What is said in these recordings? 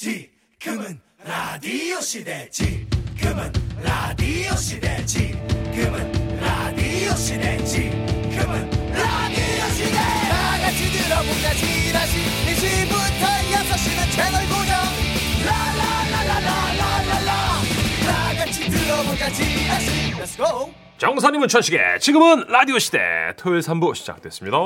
지금은 라디오 시대 지금은 라디오 시대 지금은 라디오 시대 지금은 라디오 시대 다 같이 들어보자 지라시 1시부터 6시는 채널 고정 라라라라라라라라 다 같이 들어보자 지라시 Let's go 정선님은 천식의 지금은 라디오 시대 토요일 3부 시작됐습니다.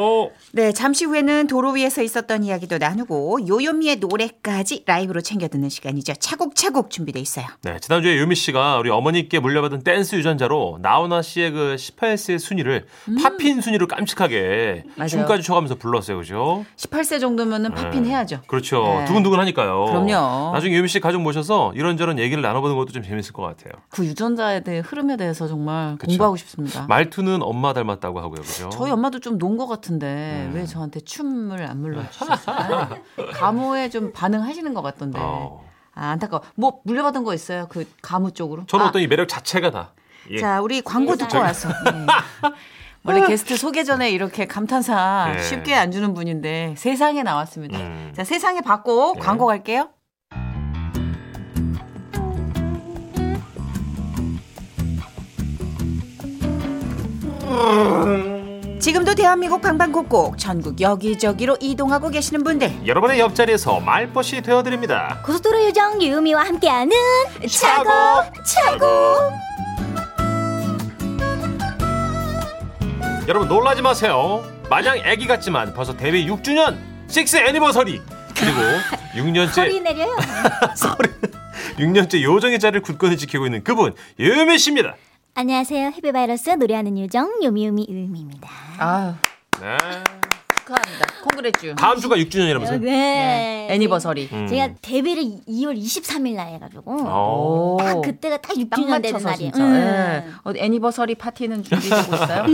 네, 잠시 후에는 도로 위에서 있었던 이야기도 나누고 요요미의 노래까지 라이브로 챙겨 듣는 시간이죠. 차곡차곡 준비돼 있어요. 네, 지난주에 유미 씨가 우리 어머니께 물려받은 댄스 유전자로 나훈아 씨의 그 18세 순위를 팝핀 순위로 깜찍하게 음. 맞아요. 춤까지 춰가면서 불렀어요. 그죠? 18세 정도면은 팝핀 해야죠. 그렇죠. 네. 두근두근 하니까요. 그럼요. 나중에 유미 씨 가족 모셔서 이런저런 얘기를 나눠보는 것도 좀 재밌을 것 같아요. 그 유전자에 대해 흐름에 대해서 정말 그쵸. 공부하고 아. 싶습니다. 말투는 엄마 닮았다고 하고요. 그죠? 저희 엄마도 좀 논 것 네. 같은데 왜 저한테 춤을 안 물러주셨어요? 가무에 좀 반응하시는 것 같던데. 어. 네. 아, 안타까워. 뭐 물려받은 거 있어요? 그 가무 쪽으로? 저는 아, 어떤 이 매력 자체가 다. 예. 자, 우리 광고 듣고 와서 네. 원래 예. 게스트 소개 전에 이렇게 감탄사 네. 쉽게 안 주는 분인데 세상에 나왔습니다. 음. 자, 세상에 받고 네. 광고 갈게요. 지금도 대한민국 방방곡곡 전국 여기저기로 이동하고 계시는 분들 여러분의 옆자리에서 말벗이 되어드립니다. 고속도로 요정 유미와 함께하는 차고, 차고 여러분 놀라지 마세요. 마냥 애기 같지만 벌써 데뷔 6주년 식스 애니버서리 그리고 6년째 허리 내려요. 6년째 요정의 자리를 굳건히 지키고 있는 그분 유미 씨입니다. 안녕하세요. 헤비바이러스 노래하는 요정 요미요미 유미입니다. 아, 네. 축하합니다. 콩그레쥬. 다음 주가 6주년이라면서요. 네. 애니버서리. 음. 제가 데뷔를 2월 23일 날 해가지고 어. 딱 아, 그때가 딱 6주년 되는 날이에요. 음. 진짜. 예. 어, 애니버서리 파티는 준비되고 있어요?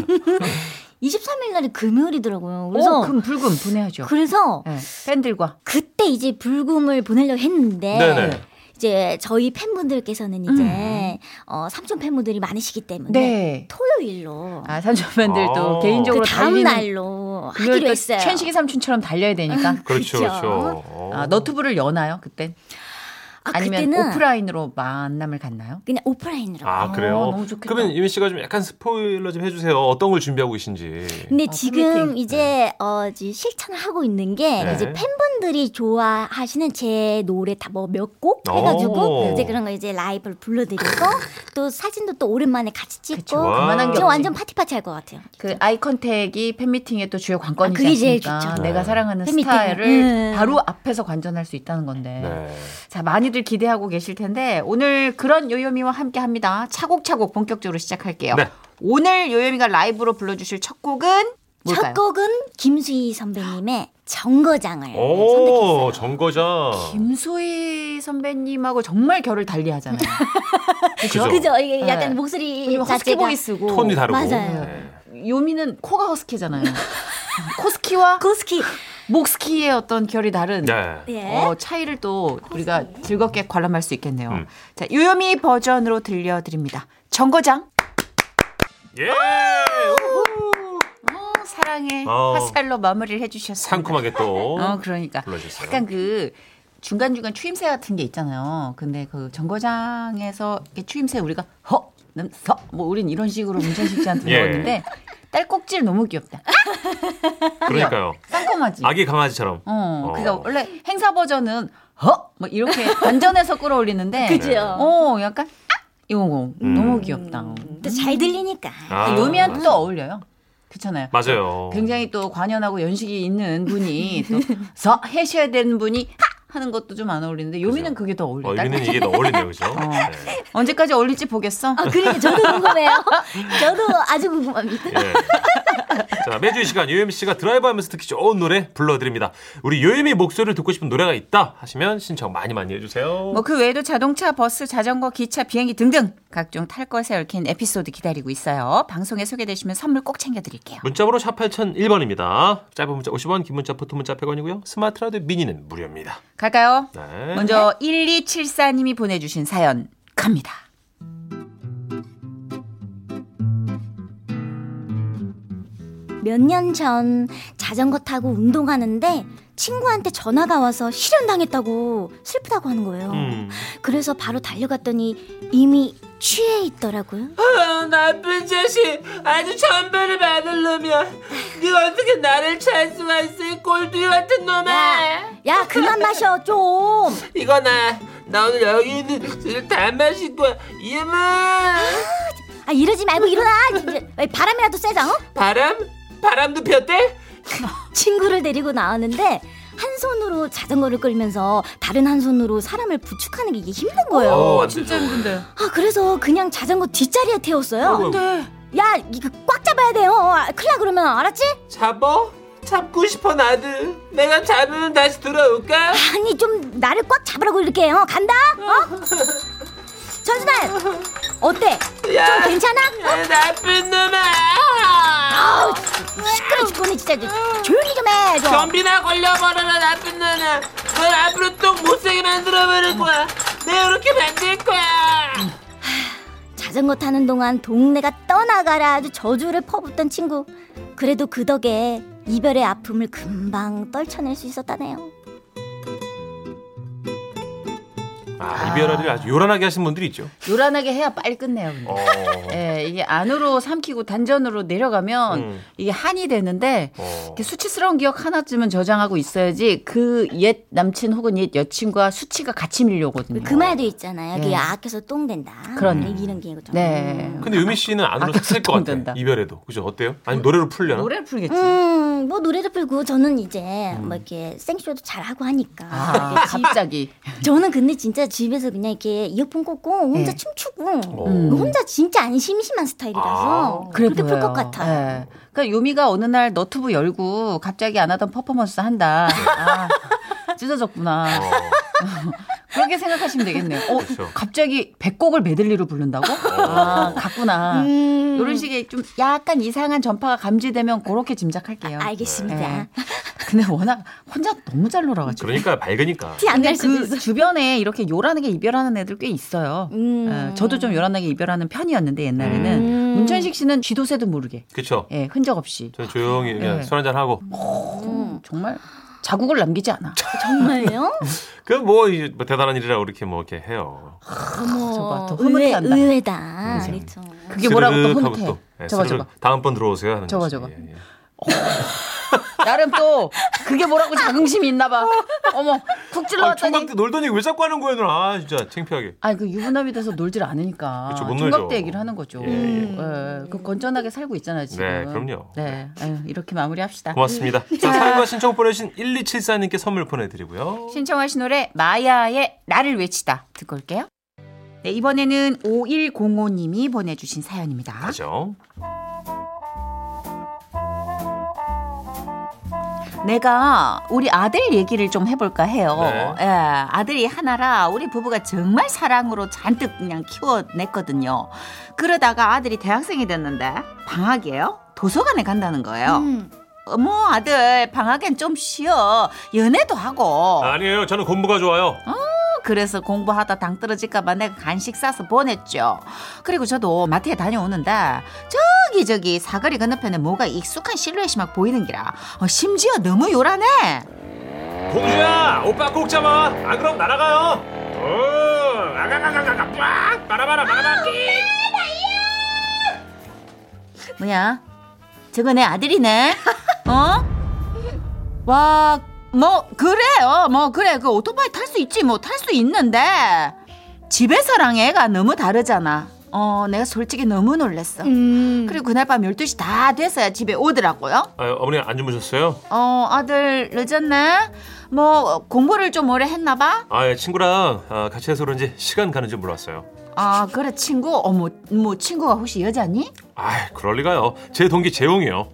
23일 날이 금요일이더라고요. 그래서 오, 금, 불금 보내야죠. 그래서 예, 팬들과. 그때 이제 불금을 보내려고 했는데 네네. 이제 저희 팬분들께서는 이제 어, 삼촌 팬분들이 많으시기 때문에 네. 토요일로 아, 산조맨들도 아. 그 개인적으로 다음 달리는 날로 하기로 했어요. 음. 천식이 삼촌처럼 달려야 되니까. 그렇죠, 그죠? 그렇죠. 어. 아, 너튜브를 여나요, 그때? 아, 아니면 그때는 오프라인으로 만남을 갔나요? 그냥 오프라인으로. 아, 그래요. 아, 너무 좋겠다. 그러면 유미 씨가 좀 약간 스포일러 좀 해주세요. 어떤 걸 준비하고 계신지. 근데 아, 지금 팬미팅. 이제 어 이제 실천을 하고 있는 게 네. 이제 팬분들이 좋아하시는 제 노래 다 뭐 몇 곡 오. 해가지고 이제 그런 거 이제 라이브를 불러드리고 또 사진도 또 오랜만에 같이 찍고 와. 그만한 게 지금 완전 없지. 파티 파티 할 것 같아요. 그 아이 컨택이 팬미팅의 또 주요 관건이지 아, 그게 제일 않습니까? 좋죠. 네. 내가 사랑하는 팬미팅. 스타일을 음. 바로 앞에서 관전할 수 있다는 건데. 네. 자, 많이들 기대하고 계실 텐데 오늘 그런 요요미와 함께 합니다. 차곡차곡 본격적으로 시작할게요. 네. 오늘 요요미가 라이브로 불러주실 첫 곡은 뭘까요? 첫 곡은 김수희 선배님의 정거장을 오, 네, 선택했어요. 정거장. 김수희 선배님하고 정말 결을 달리하잖아요. 그죠? 그죠? 이게 약간 네. 목소리 왜냐면 허스키 자체가 보이스고 톤이 다르고. 맞아요. 네. 요미는 코가 허스키잖아요. 코스키와 고스키. 목스키의 어떤 결이 다른 네. 그 예. 어, 차이를 또 우리가 즐겁게 관람할 수 있겠네요. 음. 자, 요요미 버전으로 들려드립니다. 정거장. 예. 어, 사랑해. 어. 화살로 마무리를 해주셨습니다. 상큼하게 또 어, 그러니까. 불러주세요. 약간 그 중간중간 추임새 같은 게 있잖아요. 근데 그 정거장에서 이렇게 추임새 우리가 허, 는, 서, 뭐 우린 이런 식으로 문천식 씨한테 예. 배웠는데 딸꾹질 너무 귀엽다. 그러니까요. 상큼하지. 아기 강아지처럼. 어, 어. 그러니까 원래 행사 버전은 허, 뭐 이렇게 반전해서 끌어올리는데 그죠? 어, 약간 아! 이거 음. 너무 귀엽다. 또잘 들리니까. 아, 요미한테 또 어울려요. 그렇잖아요. 맞아요. 그 굉장히 또 관연하고 연식이 있는 분이 또서 해셔야 되는 분이 하! 하는 것도 좀 안 어울리는데 요미는 그게 더 어울려. 어, 딸- 유미는 이게 더 어울리네요, 그죠? 네. 언제까지 어울릴지 보겠어. 아, 그러니까 저도 궁금해요. 저도 아주 궁금합니다. 예. 자, 매주 이 시간 요미 씨가 드라이브 하면서 듣기 좋은 노래 불러드립니다. 우리 요미 목소리를 듣고 싶은 노래가 있다 하시면 신청 많이 많이 해주세요. 뭐 그 외에도 자동차, 버스, 자전거, 기차, 비행기 등등 각종 탈 것에 얽힌 에피소드 기다리고 있어요. 방송에 소개되시면 선물 꼭 챙겨드릴게요. 문자번호 샵 8001번입니다. 짧은 문자 50원, 긴 문자, 포토 문자 100원이고요. 스마트 라디오 미니는 무료입니다. 갈까요? 네. 먼저 1274님이 보내주신 사연 갑니다. 몇 년 전 자전거 타고 운동하는데 친구한테 전화가 와서 실현당했다고 슬프다고 하는 거예요. 음. 그래서 바로 달려갔더니 이미 취해 있더라고요. 나쁜 자식 아주 전별을 받을 놈이야 네가 어떻게 나를 찰 수가 있어 이 꼴뚜기 같은 놈아 야, 야 그만 마셔 좀. 이거나 나 오늘 여기 있는 술을 다 마실 거야 이만 아 이러지 말고 일어나. 이제 바람이라도 쐬자. 어? 바람? 바람도 폈대? 친구를 데리고 나왔는데 한 손으로 자전거를 끌면서 다른 한 손으로 사람을 부축하는 게 이게 힘든 거예요. 어, 진짜 힘든데. 아 그래서 그냥 자전거 뒷자리에 태웠어요. 아이고. 근데 야 이거 꽉 잡아야 돼요. 아, 큰일 나 그러면 알았지? 잡어? 잡고 싶어 나도 내가 잡으면 다시 돌아올까? 아니 좀 나를 꽉 잡으라고 이렇게 해요. 간다. 어? 전순아 어때? 야. 좀 괜찮아? 어? 야, 나쁜 놈아 아우 시끄러 죽겠네 진짜 조용히 좀 해. 좀. 변비나 걸려버려라 나쁜 놈아 널 앞으로 똥 못세게 만들어버릴 거야 내가 이렇게 만들 거야 자전거 타는 동안 동네가 떠나가라 아주 저주를 퍼붓던 친구. 그래도 그 덕에 이별의 아픔을 금방 떨쳐낼 수 있었다네요. 아, 이별하기를 아주 요란하게 하신 분들이 있죠. 요란하게 해야 빨리 끝내요. 근데. 어. 예, 이게 안으로 삼키고 단전으로 내려가면 음. 이게 한이 되는데 어. 이렇게 수치스러운 기억 하나쯤은 저장하고 있어야지 그 옛 남친 혹은 옛 여친과 수치가 같이 밀려오거든요. 그 말도 있잖아요. 음. 예. 여기 악해서 똥 된다. 뭐 그러네. 이런 게 이거죠. 네. 근데 유미 씨는 안으로 아까 샀을 것 같아요. 소통된다. 이별에도. 그죠? 어때요? 아니 노래로 풀려나? 노래를 풀겠지. 음, 뭐 노래도 불고 저는 이제 뭐 이렇게 생쇼도 잘 하고 하니까. 음. 아, 지입자기. 저는 근데 진짜 집에서 그냥 이렇게 이어폰 꽂고 혼자 네. 춤추고 그 음. 혼자 진짜 안 심심한 스타일이라서 아, 그렇게 풀 것 같아요. 예. 그러니까 요미가 어느 날 너튜브 열고 갑자기 안 하던 퍼포먼스 한다. 네. 아, 찢어졌구나. 그렇게 생각하시면 되겠네요. 어, 그렇죠. 어. 갑자기 100곡을 메들리로 부른다고? 아, 갔구나. 음, 이런 식의 좀 약간 이상한 전파가 감지되면 그렇게 짐작할게요. 아, 알겠습니다. 예. 근데 워낙 혼자 너무 잘 놀아가지고. 그러니까 밝으니까. 티 안 날 수도 그 있어. 주변에 이렇게 요란하게 이별하는 애들 꽤 있어요. 음. 예, 저도 좀 요란하게 이별하는 편이었는데 옛날에는 문천식 씨는 쥐도새도 모르게 그쵸? 예, 흔적 없이 저는 조용히 그냥 네. 술 한잔 하고. 어. 정말 자국을 남기지 않아. 정말요? 그뭐 대단한 일이라고 이렇게 뭐 이렇게 해요. 어머, 저거 또 의외, 흐뭇해한다. 음. 의외다. 그렇죠. 그게 뭐라고 또 스르륵 하고 흐뭇해. 또, 예, 저거 스르륵 저거. 다음번 들어오세요 하는 저거, 거지. 저거. 예, 예. 나름 또 그게 뭐라고 자긍심이 있나 봐. 어머, 쿡 아, 찔러왔더니. 총각 때 놀더니 왜 자꾸 하는 거예요, 누나? 아, 진짜 창피하게. 아니 그 유부남이 돼서 놀질 않으니까 그쵸, 못 놀죠. 총각 때 얘기를 하는 거죠. 예, 예. 예, 그 건전하게 살고 있잖아요 지금. 네, 그럼요. 네, 예, 이렇게 마무리합시다. 고맙습니다. 네. 자, 사연과 신청 보내주신 1274님께 선물 보내드리고요. 신청하신 노래 마야의 나를 외치다 듣고 올게요. 네, 이번에는 5105님이 보내주신 사연입니다. 가죠. 내가 우리 아들 얘기를 좀 해볼까 해요. 네. 예, 아들이 하나라 우리 부부가 정말 사랑으로 잔뜩 그냥 키워냈거든요. 그러다가 아들이 대학생이 됐는데 방학이에요. 도서관에 간다는 거예요. 음. 어머 아들 방학엔 좀 쉬어 연애도 하고 아니에요, 저는 공부가 좋아요. 어? 그래서 공부하다 당 떨어질까봐 내가 간식 싸서 보냈죠. 그리고 저도 마트에 다녀오는데 저기 저기 사거리 건너편에 뭐가 익숙한 실루엣이 막 보이는 기라 어, 심지어 너무 요란해. 공주야, 오빠 꼭 잡아. 안 그럼 날아가요. 오, 아가가가가가 빡, 바라바라 바라바. 아! 뭐야? 저거 내 아들이네. 어? 와, 뭐 그래요. 뭐 그래. 그 오토바이 탈 수 있지. 뭐 탈 수 있는데 집에서랑 애가 너무 다르잖아. 어, 내가 솔직히 너무 놀랐어. 그리고 그날 밤 12시 다 돼서야 집에 오더라고요. 아, 어머니 안 주무셨어요? 어, 아들 늦었네. 뭐 공부를 좀 오래 했나 봐. 아, 예, 친구랑 아, 같이 해서 그런지 시간 가는 줄 몰랐어요. 아, 그래 친구. 어머, 뭐 친구가 혹시 여자니? 아, 그럴 리가요. 제 동기 재홍이요.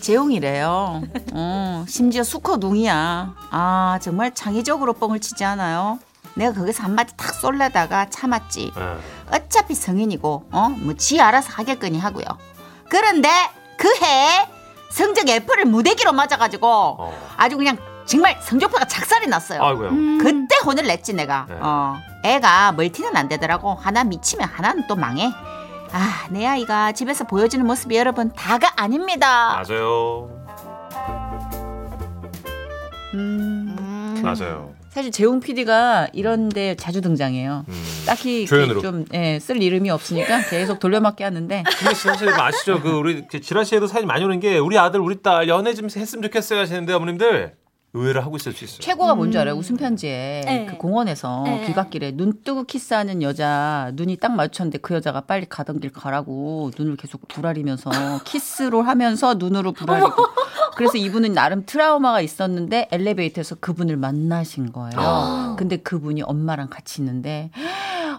재용이래요. 어, 심지어 수컷 웅이야. 아, 정말 창의적으로 뻥을 치지 않아요? 내가 거기서 한마디 탁 쏠려다가 참았지. 예. 어차피 성인이고, 어, 뭐 지 알아서 하겠거니 하고요. 그런데 그 해 성적 F를 무대기로 맞아가지고 아주 그냥 정말 성적표가 작살이 났어요. 어. 아이고요. 그때 혼을 냈지 내가. 네. 어, 애가 멀티는 안 되더라고. 하나 미치면 하나는 또 망해. 아, 내 아이가 집에서 보여주는 모습이 여러분 다가 아닙니다. 맞아요. 맞아요. 사실 재웅 PD가 이런데 자주 등장해요. 딱히 음. 조연으로. 좀쓸 이름이 없으니까 계속 돌려막기 하는데 근데 사실 아시죠? 그 우리 이렇게 지라 씨에도 사연이 많이 오는 게 우리 아들 우리 딸 연애 좀 했으면 좋겠어요 하시는데 어머님들 의외로 하고 있을 수 있어요. 최고가 뭔지 알아요? 웃음 편지에 네. 그 공원에서 네. 귀갓길에 눈 뜨고 키스하는 여자 눈이 딱 마주쳤는데 그 여자가 빨리 가던 길 가라고 눈을 계속 불아리면서 키스로 하면서 눈으로 불아리고 그래서 이분은 나름 트라우마가 있었는데 엘리베이터에서 그분을 만나신 아. 거예요. 근데 그분이 엄마랑 같이 있는데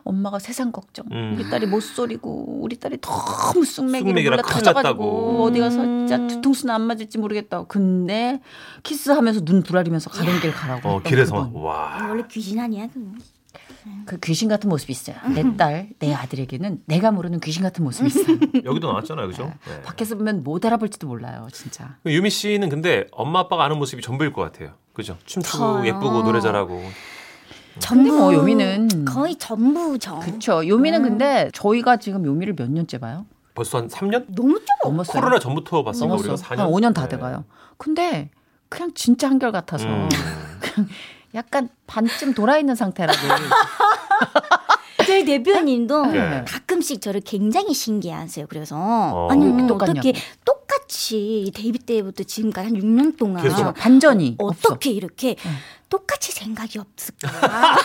엄마가 세상 걱정. 음. 우리 딸이 못 소리고 우리 딸이 너무 쑥맥이라 쑥맥이라 몰라 큰일 터져가지고 났다고. 어디 가서 진짜 뒤통수나 안 맞을지 모르겠다. 근데 키스하면서 눈 부라리면서 가는 길 가라고. 어 했던 길에서 그분. 와. 원래 귀신 아니야 그거. 그 귀신 같은 모습이 있어요. 내 딸, 내 아들에게는 내가 모르는 귀신 같은 모습이 있어요. 여기도 나왔잖아요, 그죠? 네. 그 밖에서 보면 못 알아볼지도 몰라요, 진짜. 유미 씨는 근데 엄마 아빠가 아는 모습이 전부일 것 같아요. 그죠? 춤추고 저요. 예쁘고 노래 잘하고. 전부 뭐 요미는- 거의 전부죠. 그렇죠. 요미는 근데 저희가 지금 요미를 몇 년째 봐요? 벌써 한 3년? 너무 좀 넘었어요. 코로나 전부터 봤으니까 넘었어. 우리가 4년. 한 5년 다 네. 돼가요. 근데 그냥 진짜 한결 같아서 음. 약간 반쯤 돌아 있는 상태라고. 저희 대표님도 네. 가끔씩 저를 굉장히 신기해하세요. 그래서 어. 아니 이렇게 똑같냐고. 어떻게 똑같이 이 데뷔 때부터 지금까지 한 6년 동안 계속. 반전이 없어. 어떻게 이렇게 똑같이 생각이 없을까?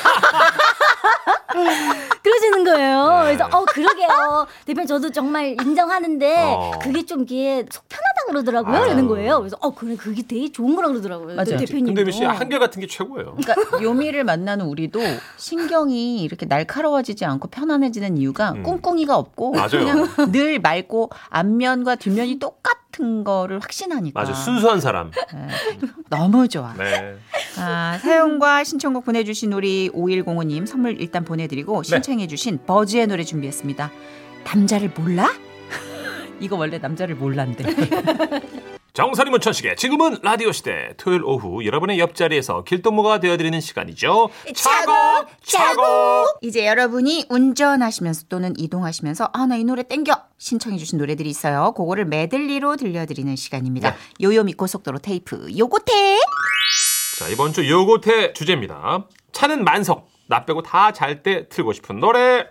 그러시는 거예요. 네. 그래서 어 그러게요. 대표님 저도 정말 인정하는데 어. 그게 좀 이게 속 편하다 그러더라고요. 아유. 라는 거예요. 그래서 어 그래 그게 되게 좋은 거라 그러더라고요. 맞아요. 대표님. 근데 유미 씨 한결 같은 게 최고예요. 그러니까 요미를 만나는 우리도 신경이 이렇게 날카로워지지 않고 편안해지는 이유가 음. 꿍꿍이가 없고 맞아요. 그냥 늘 맑고 앞면과 뒷면이 똑같은 거를 확신하니까 맞아. 순수한 사람. 네. 너무 좋아. 네. 아, 사연과 신청곡 보내주신 우리 5105님 선물 일단 보내드리고 네. 신청해주신 버즈의 노래 준비했습니다. 남자를 몰라? 이거 원래 남자를 몰랐는데. 정선이 문천식의 지금은 라디오 시대 토요일 오후 여러분의 옆자리에서 길동무가 되어드리는 시간이죠. 차곡 차곡. 이제 여러분이 운전하시면서 또는 이동하시면서 아 나 이 노래 땡겨 신청해주신 노래들이 있어요. 그거를 메들리로 들려드리는 시간입니다. 네. 요요미 고속도로 테이프 요고테 자 이번 주 요고태 주제입니다. 차는 만석. 나 빼고 다 잘 때 틀고 싶은 노래.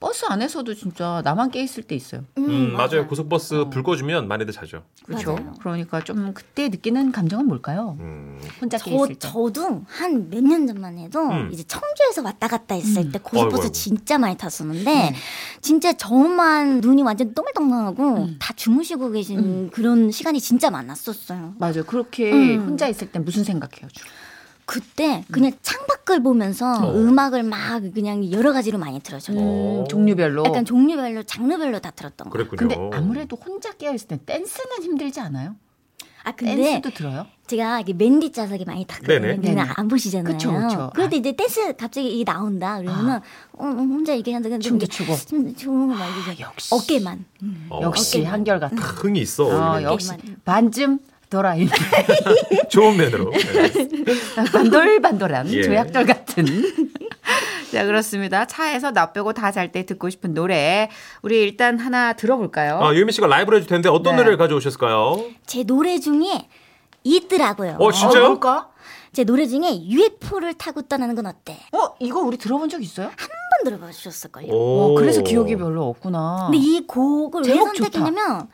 버스 안에서도 진짜 나만 깨 있을 때 있어요. 어. 음, 맞아요. 고속버스 불 꺼주면 많이들 자죠. 그렇죠. 맞아요. 그러니까 좀 그때 느끼는 감정은 뭘까요? 음. 혼자 깨 그러니까 저, 있을 때. 저도 한 몇 년 전만 해도 음. 이제 청주에서 왔다 갔다 했을 때 아이고, 고속버스 아이고. 진짜 많이 탔었는데 네. 진짜 저만 눈이 완전 동글동글하고 음. 다 주무시고 계신 그런 시간이 진짜 많았었어요. 맞아요. 그렇게 음. 혼자 있을 때 무슨 생각해요, 주로? 그때 그냥 창밖을 보면서 음. 어. 음악을 막 그냥 여러 가지로 많이 들었죠. 오. 음, 종류별로. 약간 종류별로 장르별로 다 들었던 거. 어. 그랬군요. 근데 아무래도 혼자 깨어 있을 땐 댄스는 힘들지 않아요? 아 근데 댄스도 들어요? 제가 이게 맨디 좌석이 네네. 많이 탔거든요. 근데 네네. 안 보시잖아요. 그쵸, 그쵸. 아. 그런데 이제 댄스 갑자기 이게 나온다 그러면은 어, 어, 혼자 이게 한다 근데 춤도 이게 추고. 아, 춤도 추고 막 이게 역시. 어깨만 어, 역시 한결 같아. 흥이 있어. 어, 우리는. 역시 어깨만. 반쯤 돌아인 좋은 면으로. 네. 반돌반돌한 예. 조약돌 같은. 자 그렇습니다. 차에서 나 빼고 다 잘 때 듣고 싶은 노래 우리 일단 하나 들어볼까요? 아, 유미 씨가 라이브를 해줄 텐데 어떤 네. 노래를 가져오셨을까요? 제 노래 중에 있더라고요. 어, 진짜요? 뭘까? 제 노래 중에 UFO를 타고 떠나는 건 어때? 어 이거 우리 들어본 적 있어요? 한번 들어봐 주셨을걸요. 오. 어, 그래서 기억이 별로 없구나. 근데 이 곡을 왜 제목 좋다. 선택했냐면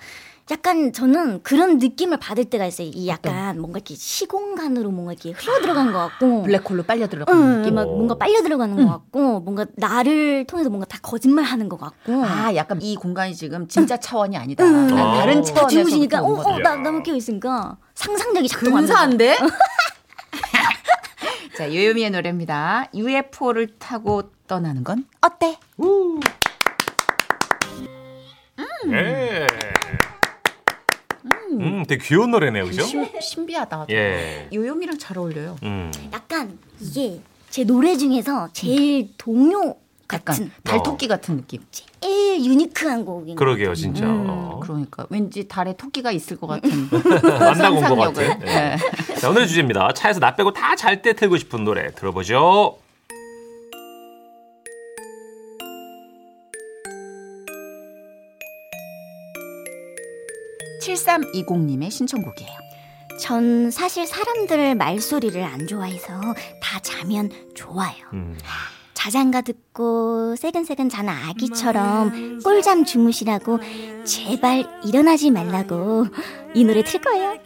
약간 저는 그런 느낌을 받을 때가 있어요. 이 약간 뭔가 이렇게 시공간으로 뭔가 이렇게 흘러 들어간 것 같고. 블랙홀로 빨려 들어가는 응, 느낌. 막 뭔가 빨려 들어가는 음. 것 같고, 뭔가 나를 통해서 뭔가 다 거짓말 하는 것 같고. 아 약간 이 공간이 지금 진짜 차원이 아니다. 음. 난 아. 다른 다 차원에서 주무시니까, 어, 어, 거다. 나 너무 깨어있으니까 상상력이 작동한다. 근사한데? 자, 요요미의 노래입니다. UFO를 타고 떠나는 건 어때? 예. 음, 되게 귀여운 노래네요, 그죠? 신- 신비하다. 예. 요요미랑 잘 어울려요. 음. 약간 이게 제 노래 중에서 제일 동요 음. 같은, 약간 어. 달토끼 같은 느낌. 제일 유니크한 곡인 것 그러게요, 진짜. 어. 그러니까 왠지 달에 토끼가 있을 것 같은 만나고 온것 상상력을. 네. 같아. 예. 자, 오늘의 주제입니다. 차에서 나 빼고 다 잘 때 틀고 싶은 노래 들어보죠. 칠삼이공님의 신청곡이에요. 전 사실 사람들 말소리를 안 좋아해서 다 자면 좋아요. 음. 자장가 듣고 새근새근 자는 아기처럼 꿀잠 주무시라고 제발 일어나지 말라고 이 노래 틀 거예요.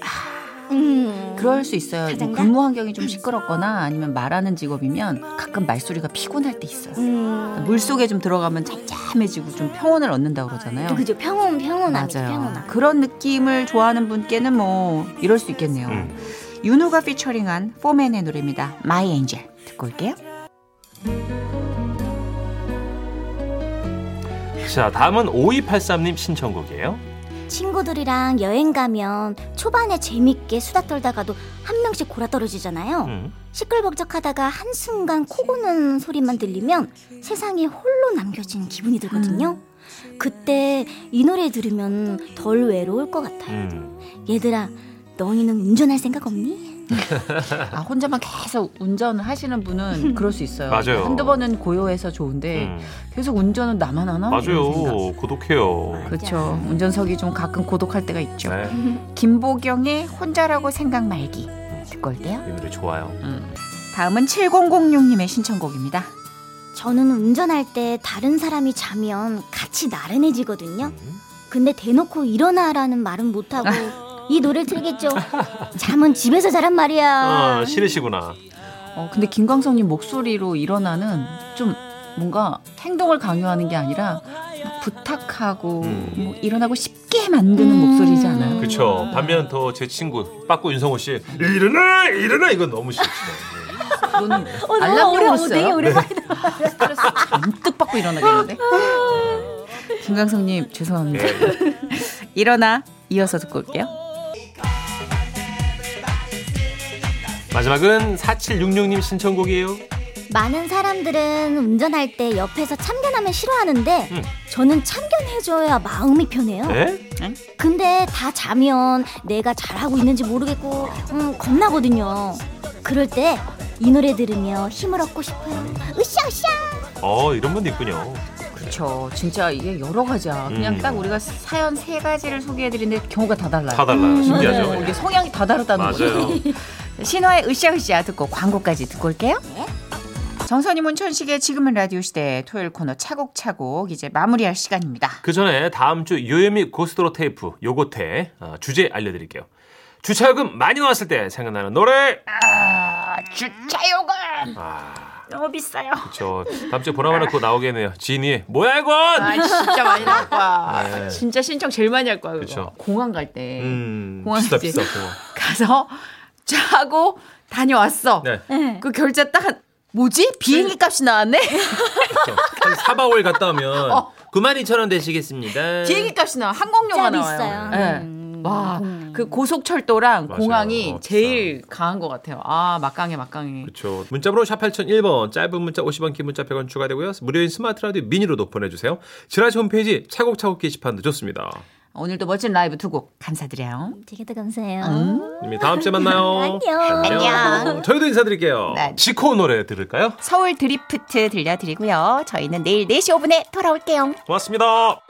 아, 음. 그럴 수 있어요. 뭐 자장가? 근무 환경이 좀 시끄럽거나 아니면 말하는 직업이면 가끔 말소리가 피곤할 때 있어요. 그러니까 음. 물 속에 좀 들어가면 잠잠해지고 좀 평온을 얻는다고 그러잖아요. 또 그죠 평온 평온합니다 맞아요. 평온함. 그런 느낌을 좋아하는 분께는 뭐 이럴 수 있겠네요. 음. 윤호가 피처링한 포맨의 노래입니다. My Angel 듣고 올게요. 자, 다음은 5283님 신청곡이에요. 친구들이랑 여행 가면 초반에 재밌게 수다 떨다가도 한 명씩 골아 떨어지잖아요. 음. 시끌벅적하다가 한순간 코 고는 소리만 들리면 세상에 홀로 남겨진 기분이 들거든요. 그때 이 노래 들으면 덜 외로울 것 같아요. 음. 얘들아, 너희는 운전할 생각 없니? 아 혼자만 계속 운전을 하시는 음. 분은 그럴 수 있어요. 맞아요. 한두 번은 고요해서 좋은데 음. 계속 운전은 나만 하나? 이런 네. 생각. 맞아요. 고독해요. 그렇죠. 운전석이 좀 가끔 고독할 때가 있죠. 네. 김보경의 혼자라고 생각 말기 듣고 올게요. 이 노래 좋아요. 다음은 7006님의 신청곡입니다. 저는 운전할 때 다른 사람이 자면 같이 나른해지거든요. 음. 근데 대놓고 일어나라는 말은 못하고 이 노래를 틀겠죠. 잠은 집에서 자란 말이야. 아, 싫으시구나. 어, 근데 김광석님 목소리로 일어나는 좀 뭔가 행동을 강요하는 게 아니라 뭐 부탁하고 음. 뭐 일어나고 쉽게 만드는 음. 목소리지 않아요? 그렇죠. 반면 더 제 친구 빠꾸 윤성호 씨 일어나 일어나 이건 너무 싫죠. 너는 너무 알람용으로 어려워. 되게 써요? 오랜만이다. 스트레스 잔뜩 받고 일어나겠는데? 김광석님 죄송합니다. 네. 일어나 이어서 듣고 올게요. 마지막은 4766님 신청곡이에요. 많은 사람들은 운전할 때 옆에서 참견하면 싫어하는데 음. 저는 참견해줘야 마음이 편해요. 네? 근데 다 자면 내가 잘하고 있는지 모르겠고 음, 겁나거든요. 그럴 때 이 노래 들으며 힘을 얻고 싶어요. 으쌰으쌰. 어 이런 분도 있군요. 그렇죠. 진짜 이게 여러 가지야. 그냥 음. 딱 우리가 사연 세 가지를 소개해드리는데 경우가 다 달라요. 다 달라요. 신기하죠. 예. 네, 이게 성향이 다 다르다는 거죠. 맞아요. 신화의 으쌰으쌰 듣고 광고까지 듣고 올게요. 네. 정선이 문천식의 지금은 라디오 시대 토요일 코너 차곡차곡 이제 마무리할 시간입니다. 그 전에 다음 주 요요미 고스트로 테이프 요거테 어, 주제 알려드릴게요. 주차요금 많이 나왔을 때 생각나는 노래. 주차요금 아, 너무 비싸요. 저 다음 주에 보나마나 그거 나오겠네요. 지니의 뭐야 이건. 아 진짜 많이 날 거야. 네. 진짜 신청 제일 많이 할 거야. 그거. 그쵸. 공항 갈 때 음, 공항 비싸 이제. 비싸 공항. 가서 자고 다녀왔어. 네. 그 결제 딱 한- 뭐지 비행기 값이 나왔네. 한 4, 5월 갔다 오면 어. 92,000원 되시겠습니다. 비행기 값이 나와 항공료가 짭이 나와요. 있어요. 네. 음, 와, 항공료. 그 고속철도랑 맞아요. 공항이 어, 제일 강한 것 같아요. 아, 막강해, 막강해. 그렇죠. 문자번호 샵 8001번 짧은 문자 50원 긴 문자 100원 추가되고요. 무료인 스마트 라디오 미니로도 보내주세요. 지라시 홈페이지 차곡차곡 게시판도 좋습니다. 오늘도 멋진 라이브 두 곡 감사드려요. 되게 더 감사해요. 이미 다음 주에 만나요. 안녕. 저희도 인사드릴게요. 네. 지코 노래 들을까요? 네 서울 드리프트 들려드리고요. 저희는 내일 4시 5분에 돌아올게요. 고맙습니다.